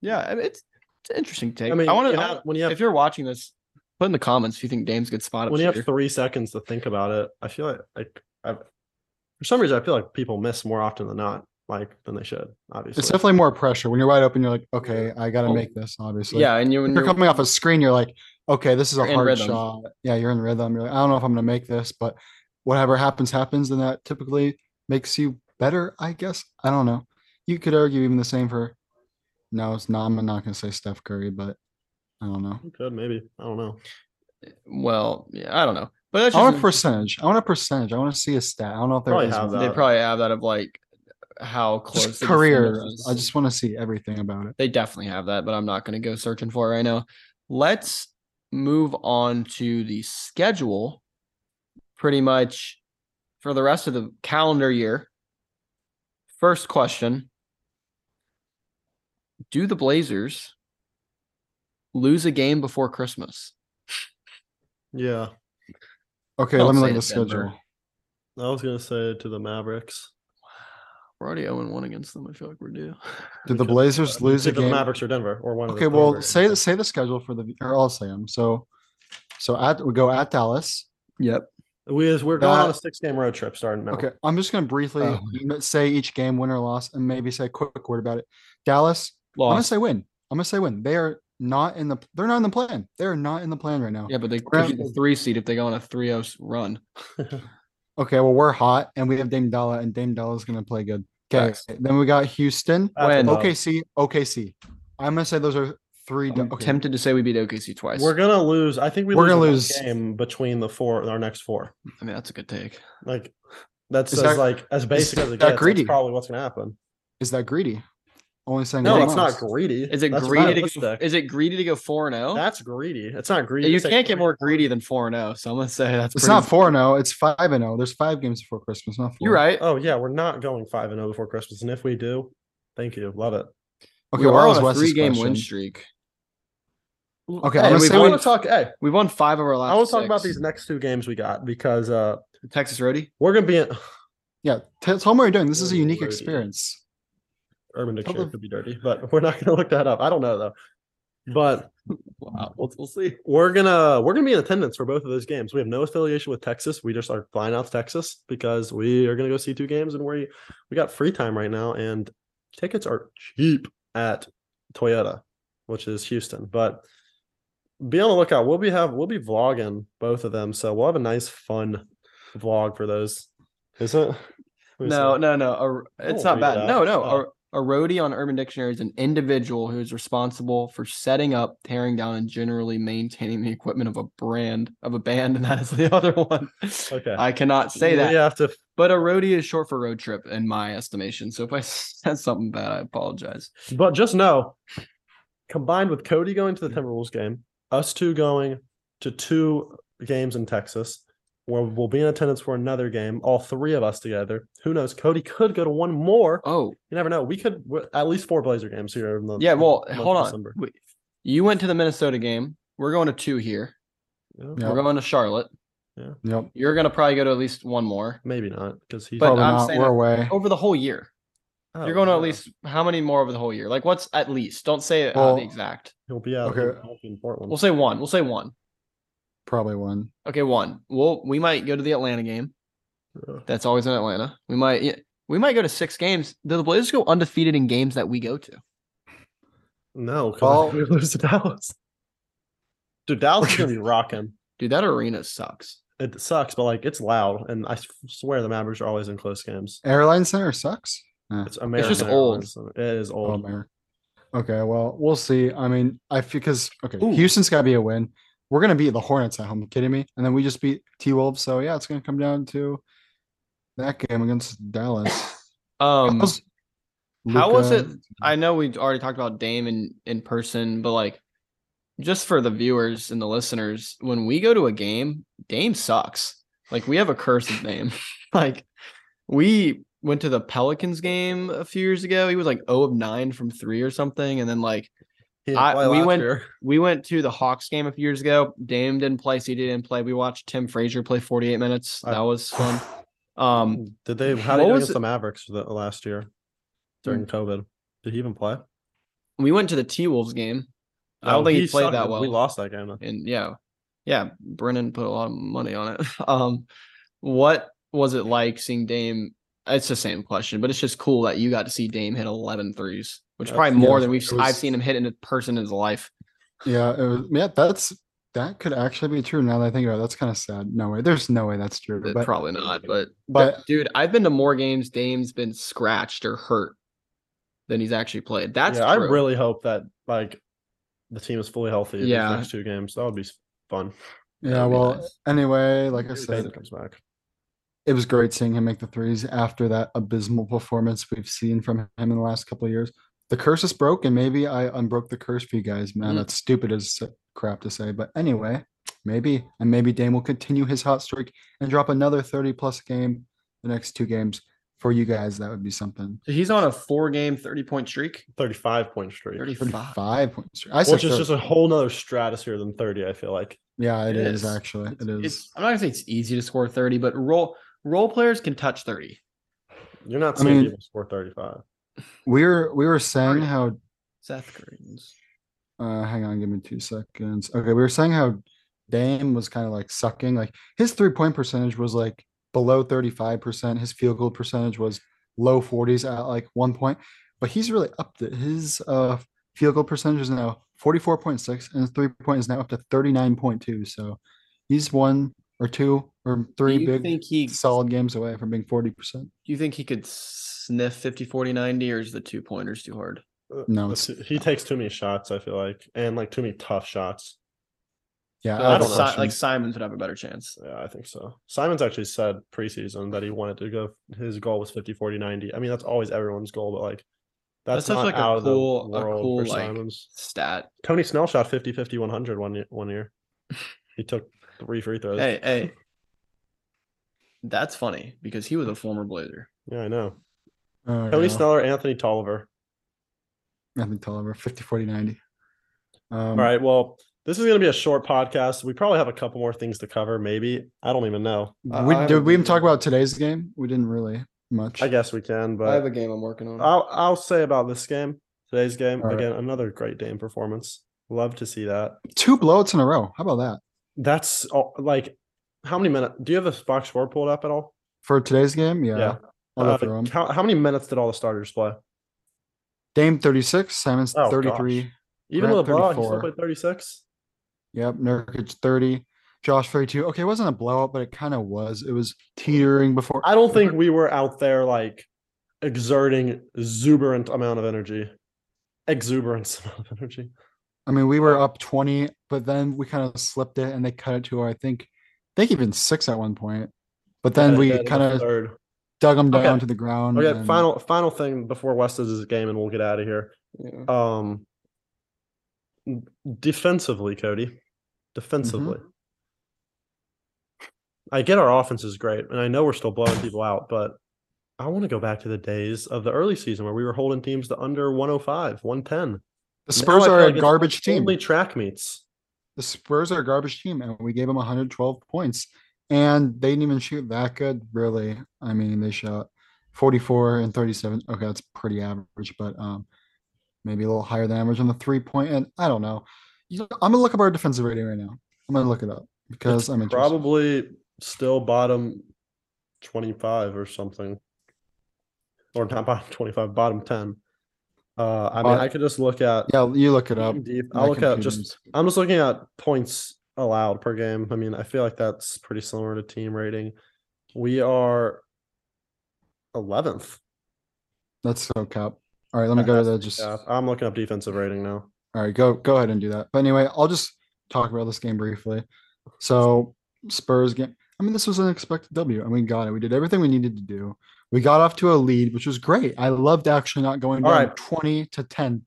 S3: yeah, I mean, it's it's an interesting take.
S1: I mean,
S3: I want
S1: you have-
S3: to.
S1: when you have
S3: If you're watching this, put in the comments if you think Dame's a good spot up
S1: when you have
S3: shooter.
S1: three seconds to think about it, I feel like like I, for some reason I feel like people miss more often than not, like than they should. Obviously,
S2: It's definitely more pressure when you're wide open. You're like, okay, I got to
S3: Well,
S2: make this. Obviously,
S3: Yeah, and you
S2: If
S3: when
S2: you're
S3: you're
S2: coming off a screen, you're like, okay, this is
S3: You're
S2: a
S3: in
S2: hard
S3: rhythm.
S2: shot. Yeah, you're in rhythm. You're like, I don't know if I'm going to make this, but whatever happens, happens. And that typically makes you better, I guess. I don't know. You could argue even the same for, no, it's not. I'm not going to say Steph Curry, but I don't know.
S1: could maybe I don't know.
S3: well, yeah, I don't know, but that's
S2: I
S3: just
S2: want a
S3: an-
S2: percentage. I want a percentage. I want to see a stat. I don't know if there
S1: Probably
S2: is
S1: have
S2: one.
S1: that.
S3: they probably have that of like how close
S2: Just
S3: the defender
S2: career.
S3: is.
S2: I just want to see everything about it.
S3: They definitely have that, but I'm not going to go searching for it right now. Let's move on to the schedule pretty much for the rest of the calendar year. First question Do the Blazers lose a game before Christmas?
S1: Yeah,
S2: Okay, let
S3: Don't
S2: me look
S3: say
S2: at the
S3: it's Denver.
S2: schedule.
S1: I was gonna say to the Mavericks.
S3: We're already 0 1 against them. I feel like we're due.
S2: Did the Blazers
S3: uh,
S2: lose a
S1: Either Uh, the
S2: game?
S1: Mavericks or Denver or one. of the
S2: Okay, well,
S1: Denver.
S2: say the say the schedule for the or I'll say them. So, so at we go at Dallas.
S3: Yep.
S1: we is we're going on a
S2: that-
S1: six game road trip starting now.
S2: Okay, I'm just gonna briefly
S3: Oh.
S2: m- say each game win or loss, and maybe say a quick word about it. Dallas, I'm gonna
S3: Lost.
S2: say win. I'm gonna say win. They are not in the. They're not in the plan. They are not in the plan right now.
S3: Yeah, but they
S2: We're
S3: could be
S2: at-
S3: the three seed if they go on a 3 0 run.
S2: Okay, well we're hot, and we have Dame Dalla, and Dame Dalla is gonna play good. Okay,
S3: Facts.
S2: then we got Houston,
S1: That's
S3: When-
S1: tough.
S2: OKC, OKC. I'm gonna say those are three. do-
S3: I'm
S2: okay,
S3: tempted to say we beat OKC twice.
S1: we're gonna lose. I think we
S2: We're gonna
S1: one
S2: lose-
S1: game between the four our next four.
S3: I mean, that's a good take.
S1: Like that's
S2: Is
S1: as
S2: that-
S1: like as basic as
S2: that
S1: it gets.
S2: greedy?
S1: That's probably what's gonna happen.
S2: is that greedy? Only saying
S1: No,
S2: one
S1: it's not
S2: loss.
S1: greedy.
S3: Is it
S1: That's
S3: greedy? To go,
S1: realistic.
S3: is it greedy to go four and zero?
S1: That's greedy. It's not greedy.
S3: Oh. You
S1: It's, like,
S3: can't get more greedy than four and zero. So I'm gonna say that's.
S2: It's
S3: pretty-
S2: not four and zero. It's five and zero. There's five games before Christmas. Not four.
S3: You're right.
S1: Oh yeah, we're not going five and zero before Christmas, and if we do, thank you, love it.
S2: Okay,
S3: we
S2: well, that
S3: are on
S2: was
S3: a
S2: Wes's
S3: three game win
S2: question.
S3: streak.
S2: Okay,
S1: Hey,
S2: I'm gonna
S1: we
S2: say
S1: want
S2: we-
S1: to talk. Hey,
S3: We won five of our last.
S1: I want to talk about
S3: six.
S1: these next two games we got because uh
S3: Texas Roadie.
S1: we're gonna be in
S2: Yeah, tell, tell them what you're doing. This is a
S1: Dirty
S2: unique
S1: Rudy.
S2: experience.
S1: Urban Dictionary
S2: the-
S1: could be dirty, but we're not gonna look that up. I don't know though, but
S3: Wow, we'll, we'll see.
S1: we're gonna we're gonna be in attendance for both of those games. We have no affiliation with Texas. We just are flying out to Texas because we are gonna go see two games, and we we got free time right now, and tickets are cheap at Toyota, which is Houston. But be on the lookout. We'll be have we'll be vlogging both of them, so we'll have a nice fun vlog for those. Is it? Let me
S3: No,
S1: see.
S3: no, no. a- it's
S1: won't
S3: not
S1: read it
S3: bad.
S1: out.
S3: No, no.
S1: Oh.
S3: A roadie on Urban Dictionary is an individual who is responsible for setting up, tearing down, and generally maintaining the equipment of a brand of a band, and that is the other one.
S1: Okay.
S3: I cannot say that.
S1: We have to
S3: But a roadie is short for road trip in my estimation. So if I said something bad, I apologize.
S1: But just know, combined with Cody going to the Timberwolves game, us two going to two games in Texas, where we'll be in attendance for another game, all three of us together. Who knows? Cody could go to one more.
S3: Oh,
S1: You never know. We could we're- at least four Blazer games here. In the
S3: yeah. Well,
S1: month of
S3: hold on.
S1: December.
S3: Wait. You went to the Minnesota game. We're going to two here.
S1: Yeah,
S2: Yeah.
S3: We're going to Charlotte.
S2: Yep.
S3: You're going to probably go to at least one more
S1: Maybe not because he's
S3: But
S2: Probably
S3: I'm
S2: not.
S3: saying
S2: We're
S3: that-
S2: away.
S3: over the whole year.
S1: Oh,
S3: You're going to
S1: yeah.
S3: at least how many more over the whole year? Like what's at least? Don't say uh,
S2: Well-
S3: the exact.
S1: he'll be out
S2: Okay.
S1: in Portland.
S3: We'll say one. We'll say one.
S2: Probably one.
S3: Okay, one. Well, we might go to the Atlanta game.
S1: Yeah.
S3: That's always in Atlanta. We might yeah, we might go to six games. Do the Blazers go undefeated in games that we go to?
S1: no, because
S2: Well-
S1: we lose to Dallas. Dude, Dallas is gonna be rocking.
S3: Dude, that arena sucks.
S1: It sucks, but like it's loud, and I s- swear the Mavericks are always in close games.
S2: Airline Center sucks.
S1: It's American.
S3: just
S1: Airlines. It is
S2: Oh,
S1: old.
S2: Mayor. Okay, well, we'll see. I mean, I because okay,
S1: Ooh.
S2: Houston's got to be a win. We're gonna beat the Hornets at home. Kidding me? And then we just beat T Wolves. So yeah, it's gonna come down to that game against Dallas.
S3: Um
S2: How's
S3: how was
S2: Luka?
S3: it-
S1: um,
S3: I know we already talked about Dame in, in person, but like just for the viewers and the listeners, when we go to a game, Dame sucks. Like we have a curse of Dame. like we went to the Pelicans game a few years ago. He was like 0 of 9 from 3 or something and then like
S1: He
S3: I-
S1: played
S3: we
S1: last
S3: went-
S1: year.
S3: we went to the Hawks game a few years ago. Dame didn't play, CD didn't play. We watched Tim Frazier play 48 minutes.
S1: I-
S3: That was fun. Um,
S1: Did they? How
S3: What
S1: did he do
S3: was
S1: against
S3: it- Hmm.
S1: the Mavericks the, last year during COVID? Did he even play?
S3: we went to the T Wolves game. I
S1: No,
S3: don't think he,
S1: Oh, sucked.
S3: played that well.
S1: We lost that game.
S3: And yeah, yeah, Brennan put a lot of money on it. Um, what was it like seeing Dame? It's the same question, but it's just cool that you got to see Dame hit 11 threes, which is
S1: That's-
S3: probably more
S2: yeah,
S3: than we've
S2: it was-
S3: I've seen him hit in a person in his life.
S2: Yeah, it was, yeah, that's that could actually be true. Now that I think about it, that's kind of sad. No way, there's no way that's true.
S3: But
S2: But,
S3: probably not. But
S2: but
S3: dude, I've been to more games Dame's been scratched or hurt than he's actually played. That's
S1: That's I
S3: true.
S1: really hope that like the team is fully healthy. these
S3: Yeah.
S1: next two games that would be s- fun.
S2: yeah,
S3: that'd be
S2: well,
S3: nice.
S2: anyway, like I
S1: Maybe
S2: said,
S1: Bane comes back.
S2: it was great seeing him make the threes after that abysmal performance we've seen from him in the last couple of years. The curse is broke, and maybe I unbroke the curse for you guys, man.
S3: Mm.
S2: That's stupid as crap to say, but anyway, maybe and maybe Dame will continue his hot streak and drop another thirty plus game the next two games for you guys. That would be something.
S3: So he's on a four game 30 point streak.
S1: Thirty-five point streak,
S3: 35.
S2: Thirty-five points. I said
S1: which is
S2: 30.
S1: just a whole nother stratosphere than thirty. I feel like
S2: yeah, it
S3: It
S2: is,
S3: is.
S2: actually. It is.
S3: It's, I'm not gonna say it's easy to score 30, but role role players can touch 30.
S1: you're not
S2: I
S1: seeing
S2: mean-
S1: people score thirty-five.
S2: we were we were saying how
S3: Seth Green's.
S2: Uh, hang on, give me two seconds. Okay, we were saying how Dame was kind of like sucking. Like his three point percentage was like below 35%. His field goal percentage was low 40s at like one point, but he's really up to his uh field goal percentage is now 44.6 and his three point is now up to 39.2. So he's one or two or
S3: Do
S2: three
S3: you
S2: big
S3: think he
S2: solid games away from being 40%.
S3: do you think he could sniff 50 40 90 or is the two pointers too hard?
S1: Uh,
S2: No,
S1: let's
S2: it's-
S1: see. he takes too many shots. I feel like, and like too many tough shots.
S2: Yeah,
S3: So
S2: I
S1: don't
S2: have a
S3: like,
S1: know.
S3: Si-
S2: question.
S3: like Simons would have a better chance.
S1: Yeah, I think so. Simon's actually said preseason that he wanted to go. His goal was 50, 40, 90. I mean, that's always everyone's goal, but like, that's,
S3: That's such,
S1: not
S3: like, a
S1: out of
S3: cool- a
S1: the world
S3: cool,
S1: for
S3: like-
S1: Simons.
S3: Stat.
S1: Tony Snell shot 50, 50, 100 one year. One year. He took three free throws.
S3: Hey, hey. That's funny because he was a former Blazer.
S1: Yeah, I know.
S2: Oh,
S1: Tony
S2: yeah.
S1: Snell or Anthony Tolliver.
S2: Nothing Tolliver, 50, 40, 90. Um,
S1: All right. Well, this is going to be a short podcast. We probably have a couple more things to cover. Maybe I don't even know. I-
S2: we,
S3: I
S2: did
S3: haven't
S2: we even
S3: really-
S2: talk about today's game? We didn't really much.
S1: I guess we can,
S3: I have a
S1: but Uh,
S3: game I'm working on.
S1: I'll I'll say about this game, today's game
S2: All right.
S1: again, another great Dame performance. Love to see that.
S2: Two blowouts in a row. How about that
S1: That's all, like how many minutes? Do you have a box score pulled up at all?
S2: for today's game? Yeah, I'll go
S1: Uh,
S2: through 'em.
S1: how, how many minutes did all the starters play?
S2: Dame thirty six, Simons
S1: Oh, gosh.
S2: thirty three.
S1: Even
S2: Grant,
S1: with a blowout, he still
S2: 34.
S1: played thirty six.
S2: Yep, Nurkic thirty, Josh thirty two. Okay, it wasn't a blowout, but it kind of was. It was teetering before.
S1: I don't think we were out there like exerting exuberant amount of energy. Exuberance amount of energy.
S2: I mean, we were up 20, but then we kind of slipped it and they cut it to, I think, I think even six at one point. But then
S1: Yeah,
S2: we
S1: yeah, in the
S2: kind of
S1: third.
S2: dug them
S1: Okay.
S2: down to the ground.
S1: Okay,
S2: and-
S1: final final thing before West does his game and we'll get out of here.
S3: Yeah.
S1: Um defensively, Cody. Defensively. I get our offense is great, and I know we're still blowing people out, but I want to go back to the days of the early season where we were holding teams to under 105, 110.
S2: The
S1: Now
S2: Spurs
S1: I feel
S2: are
S1: like
S2: a
S1: it's
S2: garbage team.
S1: Only track meets.
S2: The Spurs are a garbage team, and we gave them 112 points, and they didn't even shoot that good, really. I mean, they shot 44 and 37. Okay, that's pretty average, but um, maybe a little higher than average on the three point. And I don't know. You, I'm gonna look up our defensive rating right now. I'm gonna look it up because I'm interested.
S1: Probably still bottom 25 or something. Or not bottom 25, bottom 10. Uh, I mean,
S2: Bot-
S1: I could just look at.
S2: yeah, you look it up.
S1: team def-
S2: My
S1: I'll look at just.
S2: computer's-
S1: I'm just looking at points allowed per game. I mean, I feel like that's pretty similar to team rating. We are 11th.
S2: that's so cap. All right, let me
S1: That
S2: go to
S1: has
S2: the just.
S1: Yeah, I'm looking up defensive rating now.
S2: All right, go go ahead and do that. But anyway, I'll just talk about this game briefly. So Spurs game. I mean, this was an expected W, and we got it. We did everything we needed to do. We got off to a lead, which was great. I loved actually not going
S1: All
S2: down
S1: right.
S2: twenty to ten,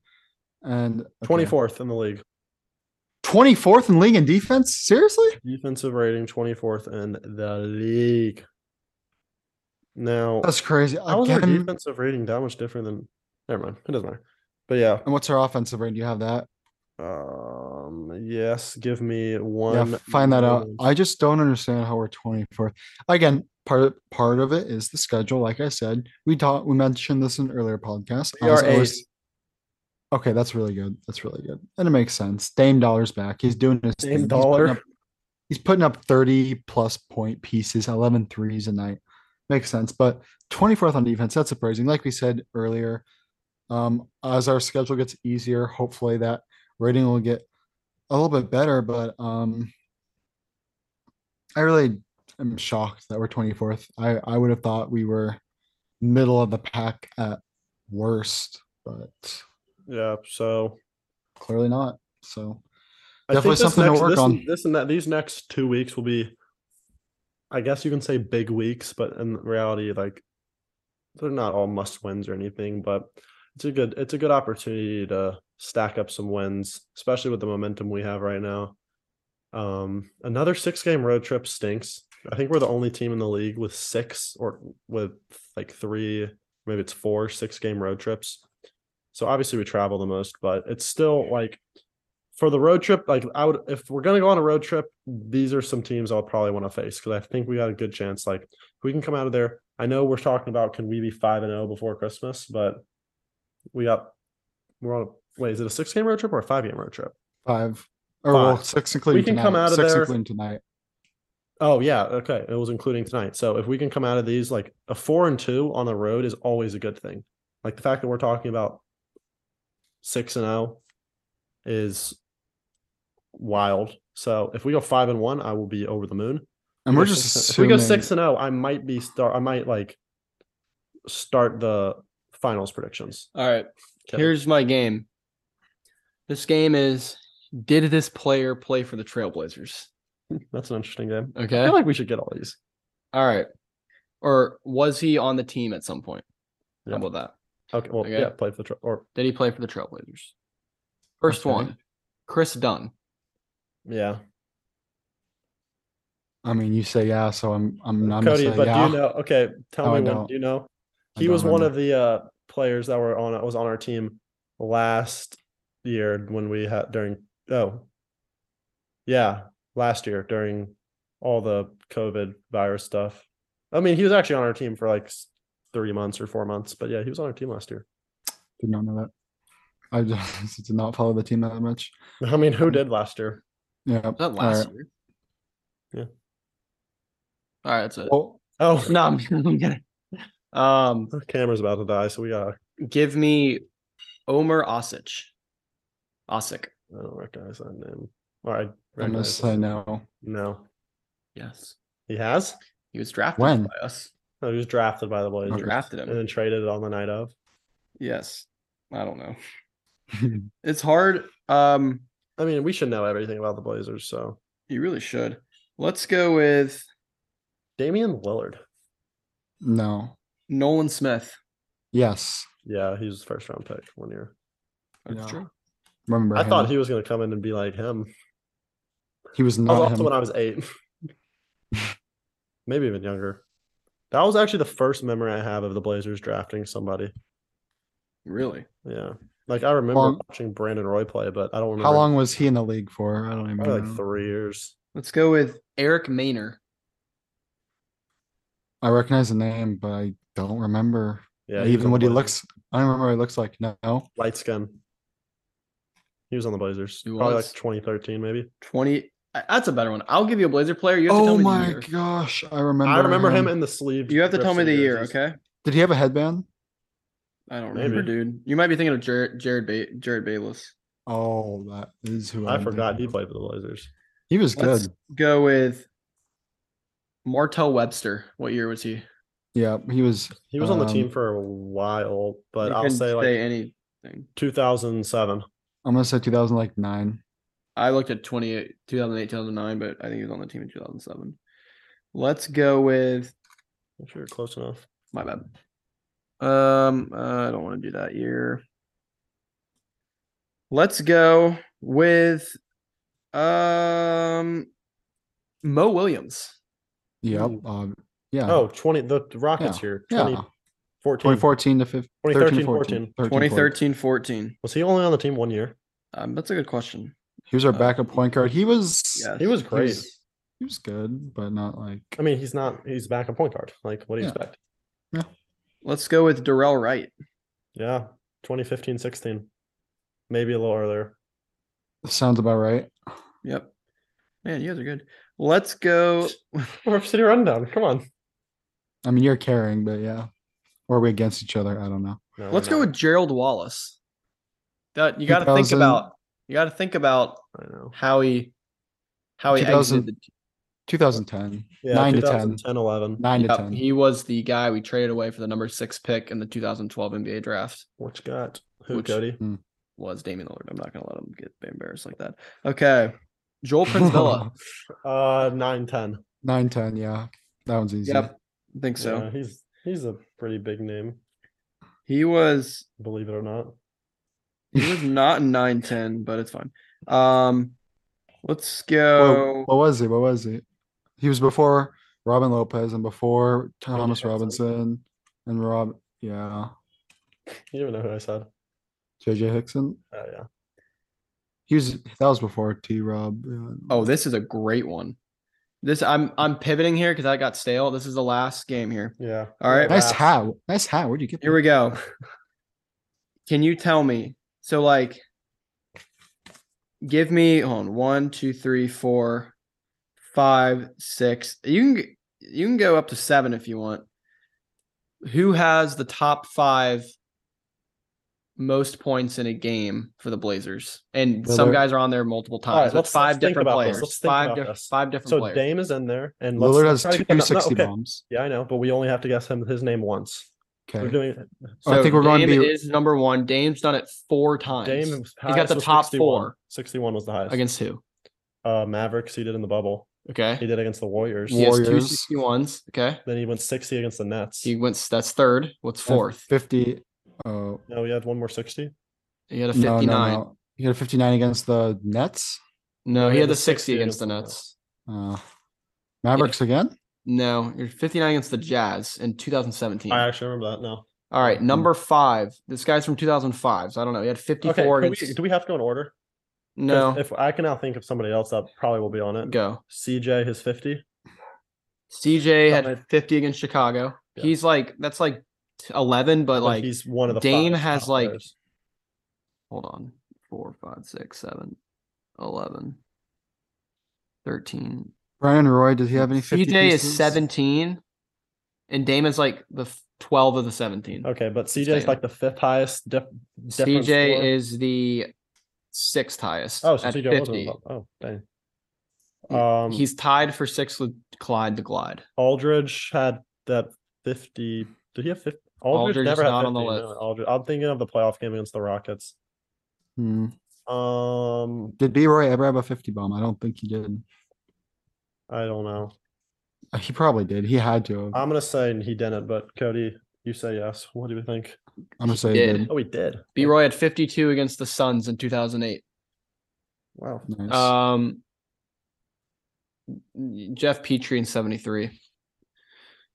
S2: and okay.
S1: 24th in the league.
S2: 24th in league in defense. Seriously,
S1: Defensive rating 24th in the league. Now,
S2: that's crazy.
S1: how is our
S2: Again,
S1: defensive rating that much different than? Never mind, it doesn't matter. But yeah,
S2: and what's our offensive rating? Do you have that?
S1: um, yes, give me
S2: Yeah,
S1: one.
S2: find that out.
S1: moment.
S2: I just don't understand how we're 24th. Again, part of, part of it is the schedule. Like I said, we taught we mentioned this in an earlier podcast.
S1: We
S2: I was
S1: are
S2: always-
S1: eighth.
S2: Okay, that's really good. That's really good, and it makes sense. Dame Dollar's back. He's doing his
S1: Dame
S2: thing. He's putting
S1: Dollar.
S2: up- He's putting up 30 plus point pieces, 11 threes a night. Makes sense. But 24th on defense, that's surprising. Like we said earlier, um, as our schedule gets easier, hopefully that rating will get a little bit better. But um, I really am shocked that we're 24th. I, I would have thought we were middle of the pack at worst, but
S1: Yeah, so
S2: clearly not. So
S1: I think
S2: Definitely
S1: this
S2: something to
S1: next-
S2: work
S1: this,
S2: on.
S1: This and that these next two weeks will be, I guess you can say big weeks, but in reality, like they're not all must wins or anything. But it's a good it's a good opportunity to stack up some wins, especially with the momentum we have right now. Um, another six game road trip stinks. I think we're the only team in the league with six or with like three, maybe it's four six game road trips. So obviously we travel the most, but it's still like for the road trip, like I would, if we're gonna go on a road trip, these are some teams I'll probably want to face because I think we got a good chance. Like if we can come out of there. I know we're talking about can we be five and zero before Christmas, but we got we're on. a Wait, is it a six game road trip or a five game road trip?
S2: five or well,
S1: Five.
S2: six including
S1: can
S2: tonight.
S1: come out of
S2: six
S1: there-
S2: including tonight.
S1: Oh yeah, okay. It was including tonight. So if we can come out of these like a four and two on the road is always a good thing. Like the fact that we're talking about six and zero is wild. So if we go five and one, I will be over the moon.
S2: And we're
S1: If
S2: just
S1: if we
S2: assuming
S1: go six and zero, I might be start. I might like start the finals predictions.
S3: All right.
S1: Okay.
S3: Here's my game. This game is did this player play for the Trailblazers?
S1: That's an interesting game. I
S3: Okay.
S1: feel like we should get all these.
S3: All right. Or was he on the team at some point?
S1: Yeah.
S3: How about that?
S1: Okay. Well,
S3: Okay.
S1: yeah, play for the Tra- or
S3: Did he play for the Trailblazers? First
S2: Okay.
S3: one, Chris Dunn.
S1: yeah,
S2: I mean you say yeah, so I'm I'm not
S1: Cody.
S2: gonna say
S1: But
S2: yeah.
S1: do you know? Okay, tell
S2: No, I
S1: me one.
S2: don't.
S1: Do you know?
S2: I
S1: He was
S2: don't
S1: one
S2: know.
S1: of the uh, players that were on was on our team last year when we had during oh yeah last year during all the COVID virus stuff. I mean, he was actually on our team for like s- three months or four months, but yeah, he was on our team last year.
S2: did not know that. I just did not follow the team that much.
S1: I mean,
S2: Um,
S1: who did last year?
S2: Yeah.
S3: Was that
S2: all
S3: last
S2: right.
S3: year?
S1: Yeah.
S3: All right, that's it.
S2: Well,
S1: Oh,
S3: No, I'm, I'm kidding. Um,
S1: the camera's about to die, so we got.
S3: give me Omer Osic. Osic.
S1: I don't recognize that name. All right,
S2: I'm gonna
S1: recognize
S2: say
S1: it.
S2: no.
S1: no.
S3: Yes.
S1: He has.
S3: He was drafted
S2: When? Uh,
S3: by us.
S1: No, he was drafted by the
S2: Oh,
S1: Blazers
S3: Drafted him.
S1: and then traded on the night of.
S3: Yes. I don't know. It's hard. Um,
S1: I mean, we should know everything about the Blazers. So
S3: you really should. Let's go with
S1: Damian Lillard.
S2: no.
S3: Nolan Smith.
S2: Yes.
S1: Yeah, he was the first round pick one year.
S3: That's
S2: No.
S3: true.
S2: Remember,
S1: I
S2: him.
S1: thought he was going to come in and be like him.
S2: he was
S1: I was
S2: not
S1: also
S2: him.
S1: when I was eight, maybe even younger. That was actually the first memory I have of the Blazers drafting somebody.
S3: Really?
S1: Yeah, like I remember
S2: Long-
S1: watching Brandon Roy play, but I don't remember
S2: How long Mm. was he in the league for? I don't even
S1: Probably
S2: know.
S1: like three years.
S3: Let's go with Eric Maynor.
S2: I recognize the name, but I don't remember
S1: Yeah, was
S2: even
S1: on
S2: what
S1: the
S2: he
S1: Blazers.
S2: looks. I don't remember what he looks like. No,
S1: light skin. He was on the Blazers,
S3: He
S1: probably
S3: was?
S1: like 2013, maybe.
S3: 20. I- That's a better one. I'll give you a Blazer player. You have to tell
S2: Oh
S3: me the
S2: my
S3: year.
S2: gosh, I remember.
S1: I remember him in the sleeve.
S3: You have to tell me the year, okay?
S2: Did he have a headband?
S3: I don't remember,
S1: Maybe.
S3: dude. You might be thinking of Jared Jared, ba- Jared Bayless.
S2: Oh, that is who
S1: I
S2: I'm
S1: forgot he
S2: thinking of.
S1: played for the Blazers.
S2: He was good.
S3: Let's go with Martel Webster. What year was he?
S2: Yeah, he was.
S1: He was on the
S2: Um,
S1: team for a while, but
S3: You
S1: I'll
S3: couldn't
S1: say like
S3: anything.
S1: 2007.
S2: I'm gonna say 2000 like nine.
S3: I looked at 28, 2008, 2009, but I think he was on the team in 2007. Let's go with
S1: If you're close enough,
S3: my bad. Um, I don't want to do that year. Let's go with um Mo Williams.
S2: Yep.
S1: Ooh.
S2: Um, yeah.
S1: oh, 20 the the Rockets here,
S2: yeah.
S1: 2014.
S2: 2014 to 15,
S1: 2013,
S2: 13, 14,
S3: 2013 14.
S1: Was he only on the team one year?
S3: Um, that's a good question.
S2: He was our
S3: Uh,
S2: backup point guard. He was.
S3: Yeah.
S1: He was
S2: he
S1: great.
S2: was- He was good, but not like.
S1: I mean, he's not, he's back a point guard. Like, what do you
S2: Yeah.
S1: expect?
S3: Let's go with Darrell Wright.
S1: Yeah. 2015, 16. Maybe a little earlier.
S2: Sounds about right.
S3: Yep. Man, you guys are good. Let's go.
S1: Rip City Rundown. Come on.
S2: I mean, you're carrying, but yeah. Or are we against each other? I don't know.
S1: No,
S3: Let's
S1: we're
S3: go
S1: not.
S3: with Gerald Wallace. That you got to think
S2: 2000
S3: about. You got to think about
S1: I know.
S3: how he how he exited.
S2: 2000
S3: The,
S2: 2010.
S1: Yeah,
S2: 9 to 10.
S1: 2010, 11.
S2: 9 to
S3: Yep,
S2: 10.
S3: he was the guy we traded away for the number six pick in the 2012 NBA draft.
S1: Which got who,
S3: Which-
S1: Cody?
S3: Was Damian Lillard? I'm not gonna let him get embarrassed like that. Okay, Joel Prince Villa.
S1: Uh, 9 10.
S2: 9 10. Yeah. That one's easy.
S3: yep, I think so.
S1: Yeah, he's he's a pretty big name,
S3: He was
S1: believe it or not.
S3: He was not in 910, but it's fine. Um, let's
S2: Whoa,
S3: go.
S2: what was he? What was he? He was before Robin Lopez and before Thomas
S1: Hanson.
S2: Robinson and Rob. Yeah.
S1: You don't even know who I said.
S2: JJ Hickson.
S1: Oh, yeah.
S2: He was that was before T Rob. yeah.
S3: Oh, this is a great one. This I'm I'm pivoting here because I got stale. This is the last game here.
S1: Yeah.
S3: All right.
S2: nice
S1: Last.
S2: hat. Nice hat. Where'd you get
S3: Here we go. Can you tell me? So like, give me hold on one, two, three, four, five, six. You can g- you can go up to seven if you want. Who has the top five most points in a game for the Blazers? And some
S2: Lillard.
S3: guys are on there multiple
S1: right,
S3: times.
S1: let's-
S3: with
S1: let's
S3: five
S1: think
S3: different
S1: about this.
S3: players.
S1: Let's think
S3: Five,
S1: about
S3: diff-
S1: this.
S3: five different
S1: So
S3: players.
S1: Dame is in there, and let's-
S2: Lillard
S1: let's
S2: has
S1: try to
S2: two
S1: get him- no,
S2: 60
S1: okay.
S2: bombs.
S1: Yeah, I know, but we only have to guess him his name once. We're
S2: Okay.
S1: doing
S2: Oh, I think we're going to
S3: Dame
S2: be
S3: is number one. Dame's done it four times.
S1: Dame.
S3: He's got the top four.
S1: Sixty-one was the highest.
S3: against who?
S1: uh, Mavericks, he did in the bubble.
S3: Okay.
S1: He did against the Warriors.
S3: He has two
S2: Warriors.
S3: 61s. Okay.
S1: Then he went sixty against the Nets.
S3: He went, that's third. What's fourth?
S2: 50. Oh,
S1: no, he had one more sixty.
S3: He had a
S2: no, no,
S3: 59. No,
S2: no. He had a 59 against the Nets.
S3: he had the 60 against the Nets.
S2: Uh, Mavericks again.
S3: No, you're 59 against the Jazz in 2017.
S1: I Hmm. actually remember that now.
S3: All right. Number five. This guy's from 2005. So I don't know. He had 54
S1: Okay, can
S3: against.
S1: we, do we have to go in order? 'Cause
S3: no.
S1: If I can now think of somebody else that probably will be on it.
S3: Go.
S1: CJ, his fifty.
S3: CJ
S1: Somebody-
S3: had 50 against Chicago.
S1: Yeah.
S3: He's like, that's like 11, but
S1: But
S3: like,
S1: he's one of the
S3: Dame
S1: five
S3: has,
S1: top
S3: like,
S1: players.
S3: hold on. Four, five, six, seven, 11, 13,
S2: Brian Roy, did he have any 50?
S3: CJ is
S2: pieces?
S3: 17, and Dame is like the f- 12 of the 17.
S1: Okay, but CJ is
S3: Dame.
S1: like the fifth highest. Def-
S3: CJ
S1: difference score.
S3: is the sixth highest.
S1: oh, so
S3: at
S1: CJ wasn't. in the
S3: 50.
S1: bubble. Oh, dang.
S3: Yeah,
S1: Um,
S3: He's tied for sixth with Clyde the Glide.
S1: Aldridge had that fifty. Did he have fifty? Aldridge,
S3: Aldridge
S1: never
S3: is
S1: had
S3: not
S1: 50.
S3: on the
S1: no,
S3: list.
S1: Aldridge. I'm thinking of the playoff game against the Rockets.
S2: Hmm.
S1: Um,
S2: Did B Roy ever have a 50 bomb? I don't think he did.
S1: I don't know.
S2: Uh, He probably did. He had to. Have.
S1: I'm gonna say he didn't, but Cody, you say yes. What do you think?
S2: I'm gonna say he
S3: did.
S2: did.
S1: Oh, he did.
S3: B Roy had 52 against the Suns in 2008.
S1: Wow.
S2: Nice.
S3: Um, Jeff Petrie in 73.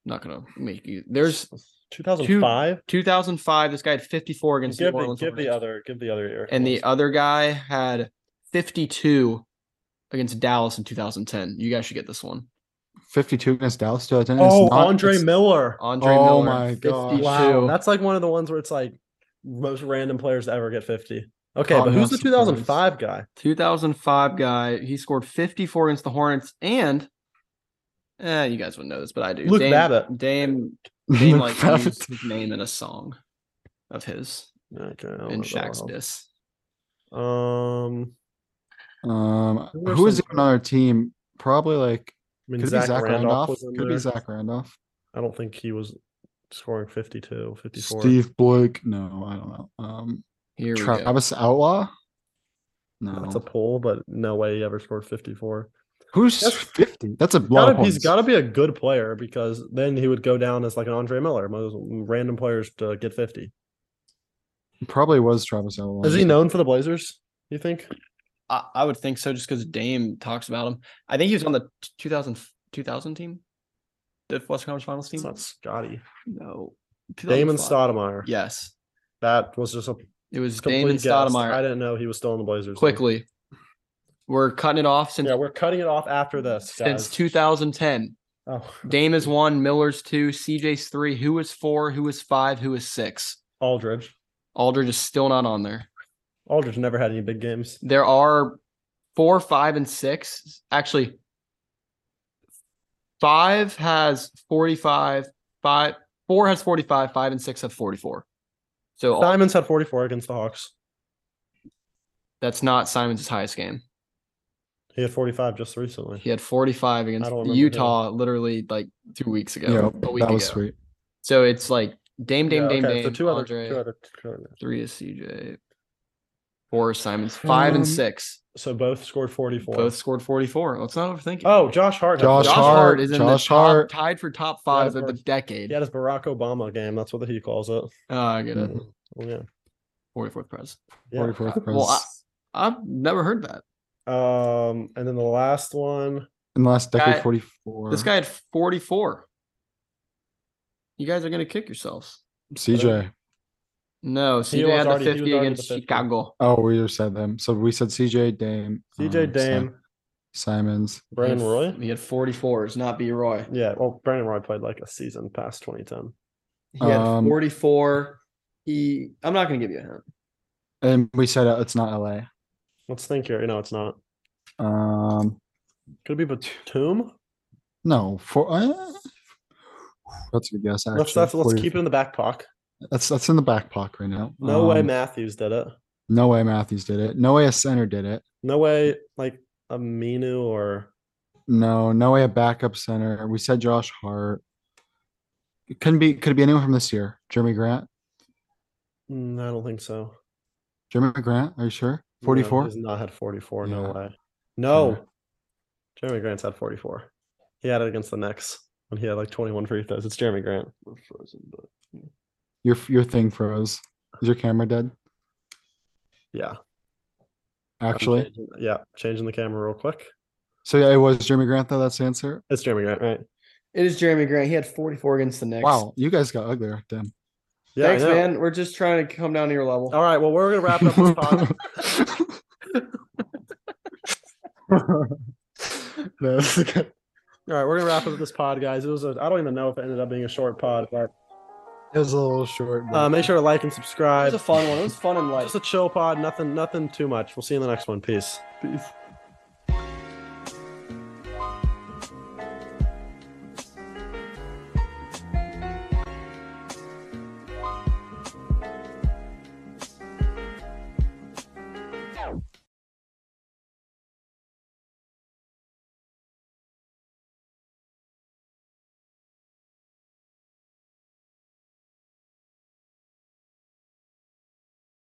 S3: Not gonna make you. There's
S1: 2005.
S3: 2005. This guy had 54 against
S1: Give,
S3: the
S1: the,
S3: Orleans
S1: give the
S3: Hornets.
S1: other. Give the other year.
S3: and the other guy had 52 against Dallas in 2010. You guys should get this one.
S2: 52 against Dallas. 2010. It's
S1: oh,
S2: not-
S1: Andre
S2: it's-
S1: Miller.
S3: Andre
S2: Oh
S3: Miller.
S2: my God.
S3: 52.
S1: Wow, that's like one of the ones where it's like most random players to ever get 50. Okay,
S2: Oh,
S1: but
S2: no
S1: who's the
S2: surprise.
S1: 2005 guy?
S3: 2005 guy. He scored 54 against the Hornets and eh, you guys wouldn't know this, but I do.
S1: Luke
S3: Dame,
S1: Babbitt.
S3: Dame, Dame like
S2: Fab-
S3: used his name in a song of his
S1: Okay, Oh, I don't
S3: in
S1: know that
S3: Shaq's
S1: one.
S3: diss.
S1: Um,
S2: Um,
S1: Who are
S2: who is
S1: some-
S2: even on our team? Probably like
S1: I mean,
S2: could
S1: Zach,
S2: be Zach
S1: Randolph,
S2: Randolph.
S1: was in
S2: Could
S1: there.
S2: be Zach Randolph.
S1: I don't think he was scoring 52, 54.
S2: Steve Blake. No, I don't know. Um,
S3: Here we go.
S2: Travis Outlaw. No,
S1: That's a pull, but no way he ever scored 54.
S2: who's
S1: that's-
S2: fifty? That's a lot of
S1: Gotta,
S2: points.
S1: he's got to be a good player because then he would go down as like an Andre Miller, most random players to get 50.
S2: Probably was Travis Outlaw.
S1: Is he known for the Blazers? You think?
S3: I, I would think so just because Dame talks about him. I think he was on the 2000, 2000 team, the Western Conference Finals team.
S1: It's not Scotty.
S3: no,
S1: Damon
S3: 2005.
S1: Stoudemire.
S3: Yes,
S1: That was just a
S3: it was
S1: complete
S3: Damon
S1: guess. I
S3: Stoudemire.
S1: didn't know he was still in the Blazers. though.
S3: Quickly, we're cutting it off since
S1: Yeah, we're cutting it off after this.
S3: since
S1: guys.
S3: 2010.
S1: Oh,
S3: Dame is one, Miller's two, CJ's three. Who is four? Who is five? Who is six?
S1: Aldridge.
S3: Aldridge is still not on there.
S1: Aldridge never had any big games.
S3: There are four, five, and six. Actually, five has 45, five, four has 45, five and six have 44. So all-
S1: Diamonds had 44 against the Hawks.
S3: that's not Simon's highest game.
S1: He had 45 just recently.
S3: He had 45 against
S1: don't remember who.
S3: Utah literally like two weeks ago.
S2: Yeah,
S3: a week
S2: that was
S3: ago.
S2: sweet.
S3: So it's like Dame, Dame,
S1: Yeah,
S3: Dame,
S1: okay,
S3: Dame.
S1: So two other,
S3: Andre.
S1: two other, two other-
S3: Three is CJ. Four is Simons. Five
S2: Um,
S3: and six.
S1: So both scored 44.
S3: Both scored 44. Let's not overthink it.
S1: Oh, Josh Hart. had
S2: Josh
S1: 44.
S2: Hart.
S3: is in
S2: Josh
S3: the top,
S2: Hart.
S3: tied for top
S1: Yeah,
S3: five
S1: of
S3: of the
S1: course.
S3: decade.
S1: He had his Barack Obama game. That's what he calls it.
S3: Oh, I get it.
S2: Mhm.
S1: Well, Yeah.
S3: 44th press.
S1: yeah.
S2: 44th
S3: Uh, Well, I-
S2: press.
S3: I've never heard that.
S1: Um, and then the last
S3: Oh,
S1: one.
S2: in the last decade,
S3: guy-
S2: forty-four.
S3: This guy had 44. You guys are going to kick yourselves.
S2: CJ.
S3: No, CJ
S1: was
S3: had the
S1: already- he
S3: 50
S1: was already
S3: against
S1: the 50.
S3: Chicago.
S2: Oh, we just said them. So we said CJ Dame.
S1: CJ
S2: um, Si-
S1: Dame,
S2: Simons.
S1: Brandon
S3: He had-
S1: Roy.
S3: He had 44s, not B Roy.
S1: Yeah. Well, Brandon Roy played like a season past 2010.
S3: He had
S2: Um,
S3: 44. He, I'm not going to give you a hint.
S2: And we said uh, it's not LA.
S1: Let's think here. No, it's not.
S2: Um,
S1: Could it be Batum?
S2: no, for uh, that's a good guess. Actually,
S1: Let's that's, let's
S2: 40
S1: keep it in the back pocket.
S2: That's that's in the back pocket right now.
S1: No way
S2: Um,
S1: Matthews did it.
S2: No way Matthews did it. No way a center did it.
S1: No way like Aminu or
S2: No, no way a backup center. We said Josh Hart. It couldn't be could it be anyone from this year. Jeremy Grant.
S1: Mm, I don't think so.
S2: Jeremy Grant, are you sure?
S1: No,
S2: 44?
S1: he's not had 44. No
S2: Yeah.
S1: way. No. Jeremy Grant's had 44. He had it against the Knicks when he had like 21 free throws. It's Jeremy Grant.
S2: your your thing froze. Is your camera dead?
S1: Yeah. I'm
S2: Actually.
S1: changing- yeah. Changing the camera real quick.
S2: So yeah, it was Jeremy Grant though, that's the answer.
S1: It's Jeremy Grant, right?
S3: It is Jeremy Grant. He had 44 against the Knicks.
S2: Wow, you guys got uglier. Damn.
S1: Yeah. I
S3: Thanks,
S1: know.
S3: man. We're just trying to come down to your level.
S1: All right. Well, we're going to wrap up this pod.
S2: No, this is good.
S1: All right. We're going to wrap up this pod, guys. It was, a, I don't even know if it ended up being a short pod, but
S2: It was a little short. but-
S1: uh, make sure to like and
S3: It
S1: subscribe.
S3: was a fun one. It was fun and light.
S1: Just a chill pod. Nothing, nothing too much. We'll see you in the next one. Peace.
S3: Peace.